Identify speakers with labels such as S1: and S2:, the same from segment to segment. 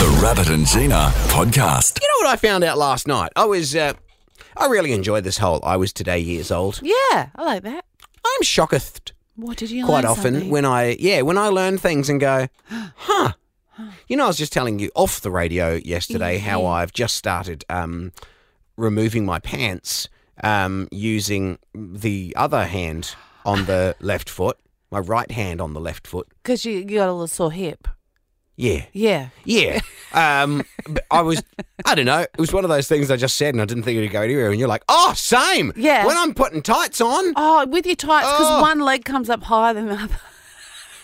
S1: Rabbit and Gina podcast.
S2: You know what I found out last night? I was, uh, I really enjoyed this whole I was today years old.
S3: Yeah, I like that.
S2: I'm shocked
S3: What did you
S2: quite
S3: learn
S2: often
S3: something?
S2: when I, yeah, when I learn things and go, huh. You know, I was just telling you off the radio yesterday how I've just started um, removing my pants um, using the other hand on the left foot, my right hand on the left foot.
S3: because you, you got a little sore hip.
S2: Yeah.
S3: Yeah,
S2: Yeah. Um, but I was, I don't know. It was one of those things I just said and I didn't think it would go anywhere. And you're like, oh, same.
S3: Yeah.
S2: When I'm putting tights on.
S3: oh, with your tights because
S2: Oh.
S3: one leg comes up higher than the other.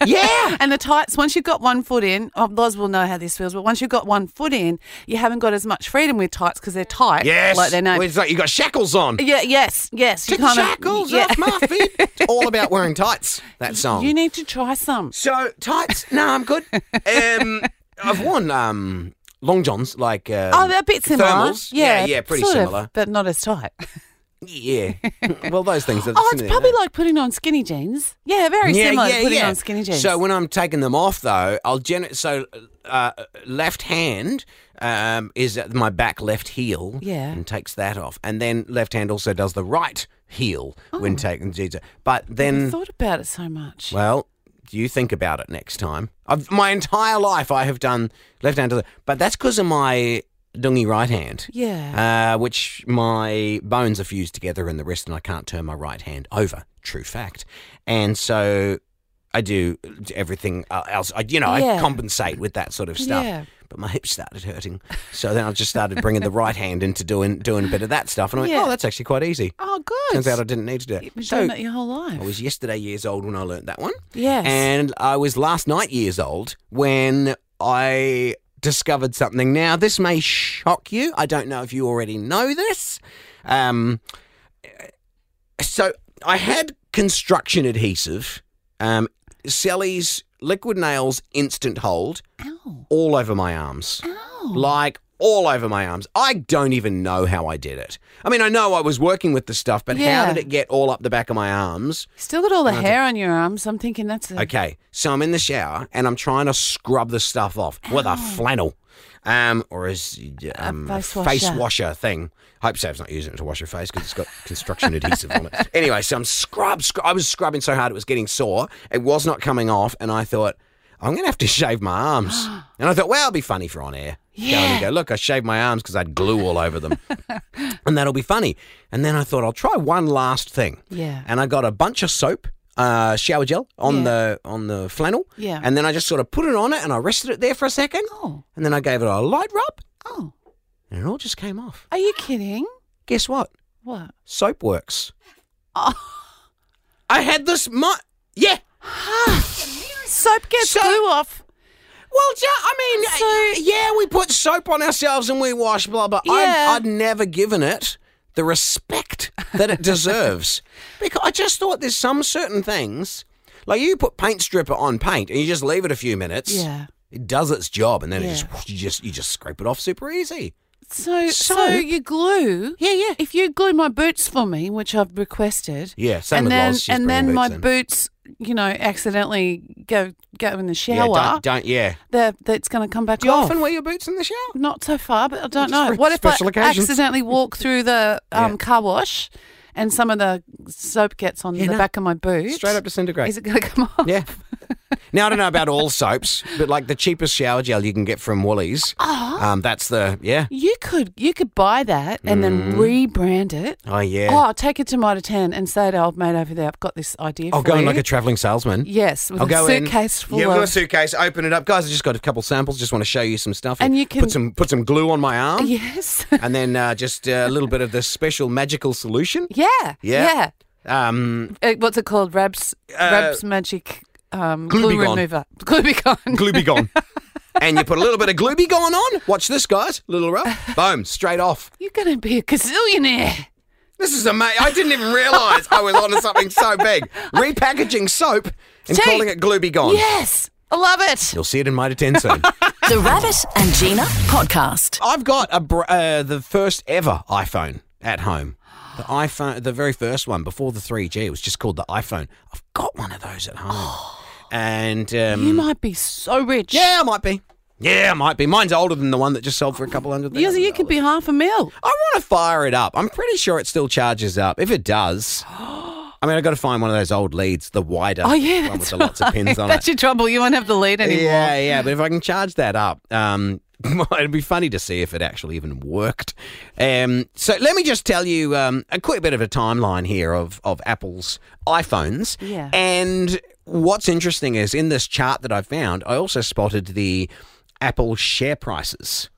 S2: Yeah.
S3: And the tights, once you've got one foot in, oh, Loz will know how this feels, but once you've got one foot in, you haven't got as much freedom with tights because they're tight.
S2: yes.
S3: Like they're
S2: Well,
S3: not.
S2: It's like you got shackles on.
S3: Yeah, yes, yes.
S2: Take the shackles
S3: yeah.
S2: off my feet. It's all about wearing tights, that song.
S3: You need to try some.
S2: so, tights. No, I'm good. Um, I've worn um, long johns, like. Um,
S3: Oh, they're a bit similar.
S2: Thermals. Yeah, yeah, pretty
S3: sort of,
S2: similar.
S3: but not as tight.
S2: Yeah. well, those things are
S3: Oh, it's
S2: similar,
S3: probably
S2: though.
S3: like putting on skinny jeans. Yeah, very similar to putting on skinny jeans.
S2: So when I'm taking them off, though, I'll gen- so uh, left hand um, is at my back left heel,
S3: Yeah.
S2: and takes that off, and then left hand also does the right heel when taking jeans. But
S3: I
S2: then,
S3: Oh. thought about it so much.
S2: well, you think about it next time. I've, my entire life, I have done left hand, to the, but that's because of my dungy right hand.
S3: yeah.
S2: Uh, which my bones are fused together in the wrist, and I can't turn my right hand over. True fact. And so I do everything uh, else. I, you know, I
S3: Yeah.
S2: compensate with that sort of stuff.
S3: Yeah.
S2: But my hips started hurting, so then I just started bringing the right hand into doing doing a bit of that stuff, and I went,
S3: Yeah.
S2: "Oh, that's actually quite easy."
S3: oh, good.
S2: Turns out I didn't need to do
S3: You've
S2: it.
S3: been
S2: So
S3: doing that your whole life.
S2: I was yesterday years old when I learnt that one.
S3: yes.
S2: And I was last night years old when I discovered something. Now, this may shock you. I don't know if you already know this. Um, so, I had construction adhesive, um, Sally's liquid nails instant hold
S3: Ow.
S2: all over my arms
S3: Ow.
S2: like all over my arms. I don't even know how I did it. I mean, I know I was working with the stuff, but
S3: Yeah.
S2: how did it get all up the back of my arms?
S3: Still got all the
S2: No, I
S3: hair on your arms. I'm thinking that's a,
S2: Okay, so I'm in the shower and I'm trying to scrub the stuff off with a flannel, um, or as um,
S3: face
S2: a face
S3: washer.
S2: washer thing. Hope Sav's not using it to wash her face because it's got construction adhesive on it. Anyway, so I'm scrub, scrub. I was scrubbing so hard it was getting sore. It was not coming off, and I thought. I'm going to have to shave my arms. And I thought, well, it'll be funny for on air. Go in and
S3: Yeah.
S2: go, look, I shaved my arms because I had glue all over them. and that'll be funny. And then I thought, I'll try one last thing
S3: Yeah.
S2: and I got a bunch of soap, uh, shower gel on
S3: Yeah.
S2: the on the flannel.
S3: Yeah.
S2: And then I just sort of put it on it and I rested it there for a second.
S3: Oh.
S2: And then I gave it a light rub
S3: Oh.
S2: and it all just came off.
S3: Are you kidding?
S2: Guess what?
S3: What?
S2: Soap works.
S3: Oh.
S2: I had this mu Yeah.
S3: Soap gets
S2: So-
S3: glue off.
S2: Well, ju- I mean, uh, yeah, we put soap on ourselves and we wash, blah, blah.
S3: Yeah.
S2: I'd, I'd never given it the respect that it deserves. because I just thought there's some certain things, like you put paint stripper on paint and you just leave it a few minutes.
S3: Yeah.
S2: It does its job, and then
S3: Yeah.
S2: it just you just you just scrape it off super easy.
S3: So, so
S2: Soap?
S3: you glue.
S2: Yeah, yeah.
S3: If you glue my boots for me, which I've requested.
S2: Yeah, same
S3: and
S2: with
S3: then
S2: Loz, she's
S3: and
S2: bringing
S3: then
S2: boots
S3: my
S2: in.
S3: boots, you know, accidentally go go in the
S2: Yeah,
S3: shower.
S2: don't, don't yeah.
S3: that that's going to come back
S2: Do you
S3: off.
S2: often wear your boots in the shower?
S3: Not so far, but I
S2: Just
S3: don't know.
S2: for
S3: What if I
S2: special occasions.
S3: accidentally walk through the um,
S2: Yeah.
S3: car wash and some of the soap gets on
S2: Yeah,
S3: the
S2: no.
S3: back of my boot?
S2: Straight up disintegrate.
S3: Is it going to come off?
S2: Yeah. Now I don't know about all soaps, but like the cheapest shower gel you can get from Woolies,
S3: Uh-huh.
S2: um, that's the yeah.
S3: You could you could buy that and then rebrand it.
S2: Oh yeah.
S3: Oh, I'll take it to Mitre 10 and say to old mate over there, I've got this idea
S2: I'll
S3: for
S2: go in
S3: you.
S2: like a travelling salesman.
S3: Yes, with
S2: I'll
S3: a
S2: go
S3: suitcase
S2: in.
S3: full
S2: yeah, we've got a
S3: of.
S2: suitcase. Open it up, guys. I just got a couple samples. Just want to show you some stuff.
S3: And you can-
S2: put some put some glue on my arm,
S3: Yes.
S2: and then uh, just uh, a little bit of this special magical solution.
S3: yeah.
S2: Yeah. Um,
S3: Yeah. Uh, what's it called? Rabs, Rabs Magic um, Glue
S2: Uh, Glubigon.
S3: Remover. Glubicon.
S2: glue be gone. and you put a little bit of glue be gone on. Watch this, guys. Little rub. Boom, straight off.
S3: You're going to be a gazillionaire.
S2: This is amazing. I didn't even realise I was onto something so big. Repackaging soap and
S3: Cheap.
S2: calling it glue be gone.
S3: Yes. I love it.
S2: You'll see it in Mitre 10 soon.
S4: The Rabbit and Gina podcast.
S2: I've got a br- uh, the first ever iPhone at home. The iPhone, the very first one before the 3G, it was just called the iPhone. I've got one of those at home, and um,
S3: You might be so rich.
S2: yeah, I might be. Yeah, might be. Mine's older than the one that just sold for a couple hundred.
S3: You,
S2: thousand
S3: you could be half a mil.
S2: I want to fire it up. I'm pretty sure it still charges up. If it does, I mean, I've got to find one of those old leads, the wider
S3: Oh yeah,
S2: one with
S3: that's
S2: the lots of
S3: right.
S2: pins on
S3: that's
S2: it.
S3: your trouble. You won't have the lead anymore.
S2: Yeah, yeah. But if I can charge that up, um, it'd be funny to see if it actually even worked. Um, so let me just tell you um, a quick bit of a timeline here of, of Apple's iPhones.
S3: Yeah.
S2: And what's interesting is in this chart that I found, I also spotted the Apple share prices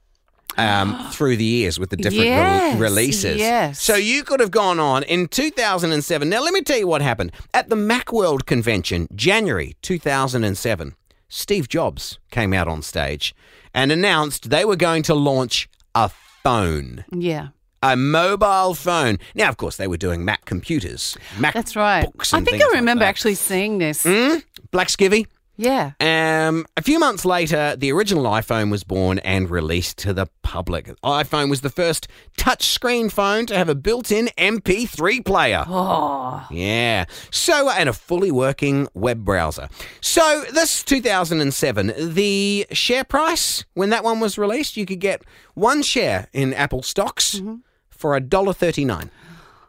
S2: um, through the years with the different re-
S3: Yes,
S2: releases.
S3: yes.
S2: So you could have gone on in 2007. Now, let me tell you what happened. At the Macworld convention, January 2007, Steve Jobs came out on stage and announced they were going to launch a phone.
S3: Yeah.
S2: A mobile phone. Now, of course, they were doing Mac computers, Mac
S3: That's right.
S2: books.
S3: I
S2: and
S3: think
S2: things
S3: I Hmm?
S2: like
S3: remember
S2: that.
S3: actually seeing this.
S2: Black Skivvy.
S3: Yeah.
S2: Um, a few months later, the original iPhone was born and released to the public. iPhone was the first touchscreen phone to have a built-in MP3 player.
S3: Oh.
S2: Yeah. So, uh, and a fully working web browser. So, this 2007, the share price when that one was released, you could get one share in Apple stocks for a dollar thirty-nine.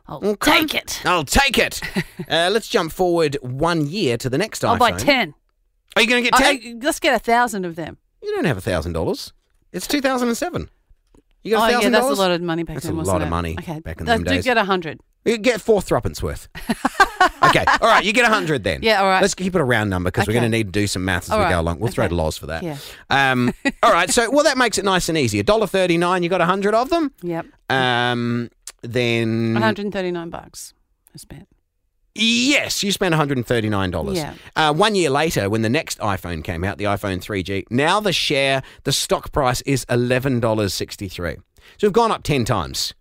S3: I'll
S2: Okay.
S3: Mm-hmm. take it.
S2: I'll take it. uh, let's jump forward one year to the next
S3: I'll
S2: iPhone.
S3: buy ten. Uh,
S2: Are you going to get
S3: I-
S2: ten?
S3: I- let's get a thousand of them.
S2: You don't have a thousand dollars. It's two thousand and seven. You
S3: oh
S2: got a
S3: yeah,
S2: thousand
S3: that's a
S2: dollars.
S3: lot of money back
S2: That's
S3: then.
S2: a
S3: wasn't
S2: lot of
S3: it?
S2: money
S3: Okay.
S2: back in
S3: I
S2: them
S3: do
S2: days.
S3: get a hundred.
S2: You get four threepence worth. okay, all right. You get a hundred then.
S3: Yeah, all right.
S2: Let's keep it a round number because we're
S3: Okay.
S2: going to need to do some maths as
S3: All
S2: we
S3: right,
S2: go along. We'll throw
S3: okay.
S2: to laws for that.
S3: Yeah.
S2: Um, all right. So well, that makes it nice and easy. A dollar thirty nine. You got a hundred of them.
S3: Yep.
S2: Um, then
S3: One Mm. hundred and thirty-nine bucks. I spent.
S2: Yes, you spent $139.
S3: Yeah.
S2: Uh, one year later, when the next iPhone came out, the iPhone 3G, now the share, the stock price is $11.63. So we've gone up 10 times.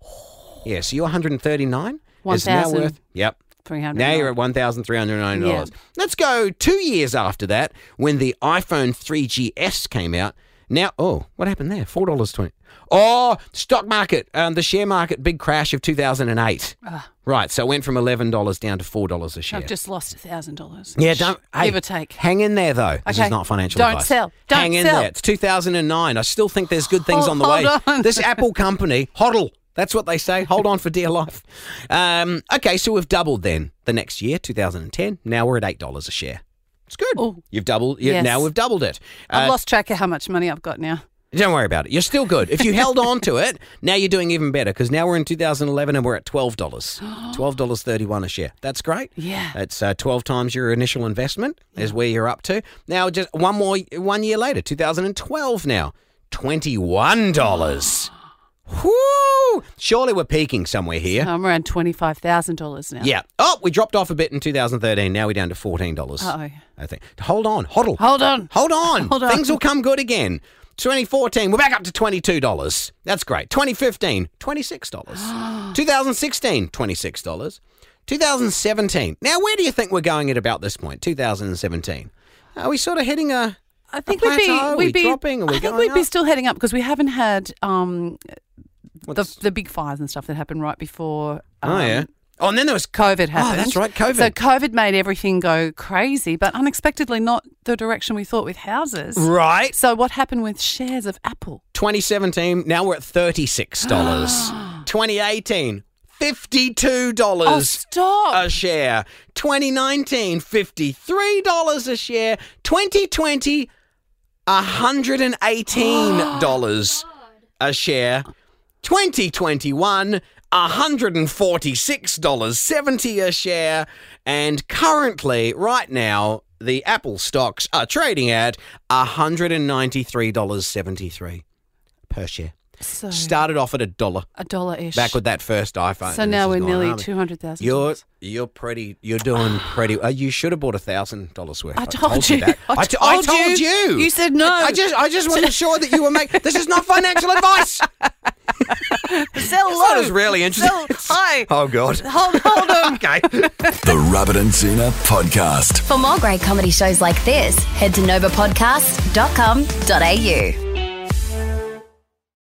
S2: Yeah, so you're 139 It's now
S3: 1,000.
S2: worth. Yep.
S3: Three hundred.
S2: Now you're at $1,309.
S3: Yeah.
S2: Let's go two years after that when the iPhone 3GS came out. Now, oh, what happened there? $4.20. Oh, stock market, um, the share market, big crash of 2008.
S3: Ah.
S2: Right, so it went from $11 down to $4 a share.
S3: I've just lost a thousand dollars.
S2: yeah, don't hey,
S3: give or take.
S2: Hang in there though. This
S3: Okay.
S2: is not financial
S3: Don't
S2: advice.
S3: sell. Don't
S2: hang in
S3: sell.
S2: there. It's 2009. I still think there's good things on the way.
S3: Hold on.
S2: This Apple company, hodl. That's what they say. Hold on for dear life. Um, okay, so we've doubled then. The next year, 2010. Now we're at eight dollars a share. It's good.
S3: Ooh.
S2: You've doubled. You,
S3: Oh. Yes.
S2: Now we've doubled it.
S3: I've
S2: Uh,
S3: lost track of how much money I've got now.
S2: don't worry about it. You're still good. If you held on to it, now you're doing even better because now we're in 2011 and we're at $12. $12.31 a share. That's great.
S3: Yeah.
S2: That's uh, 12 times your initial investment is where you're up to. Now just one more one year later, 2012 now. $21. Whoo! Surely we're peaking somewhere here.
S3: I'm around twenty-five thousand dollars now.
S2: Yeah. Oh, we dropped off a bit in 2013. Now we're down to $14.
S3: Uh-oh.
S2: I think. Hold on. Huddle.
S3: Oh, Hold on.
S2: Hold on.
S3: Hold on.
S2: Things will come good again. 2014, we're back up to $22. That's great. 2015, $26. 2016, $26. 2017. Now, where do you think we're going at about this point? 2017. Are we sort of hitting a.
S3: I think
S2: A
S3: we'd be
S2: plateau? Are
S3: we'd
S2: we
S3: be
S2: dropping? Are we
S3: I think
S2: going
S3: we'd be
S2: up?
S3: still heading up because we haven't had um, the
S2: what's-
S3: the big fires and stuff that happened right before. Um,
S2: oh, yeah. Oh, and then there was.
S3: COVID happened.
S2: that's right, COVID.
S3: So COVID made everything go crazy, but unexpectedly not the direction we thought with houses.
S2: Right.
S3: So what happened with shares of Apple?
S2: 2017, now we're at $36. 2018, $52.
S3: Oh, stop!
S2: a share. 2019, $53 a share. 2020, $118 a share. 2021, $146.70 a share. And currently, right now, the Apple stocks are trading at $193.73 per share.
S3: so
S2: Started off at a dollar
S3: a dollar ish.
S2: back with that first iPhone.
S3: So
S2: and this has
S3: now we're
S2: gone
S3: nearly
S2: up.
S3: two hundred thousand.
S2: You're you're pretty. You're doing pretty. Uh, you should have bought a thousand dollars worth.
S3: I told you.
S2: that.
S3: I
S2: I, t-
S3: told
S2: I told
S3: you.
S2: you.
S3: You said no.
S2: I, I just I just wasn't sure that you were making. This is not financial advice.
S3: Sell low.
S2: That was really interesting.
S3: Sell high.
S2: Oh God.
S3: Hold, hold on.
S2: Okay.
S1: The Rabbit and Tuna Podcast.
S5: For more great comedy shows like this, head to novapodcast.com.au.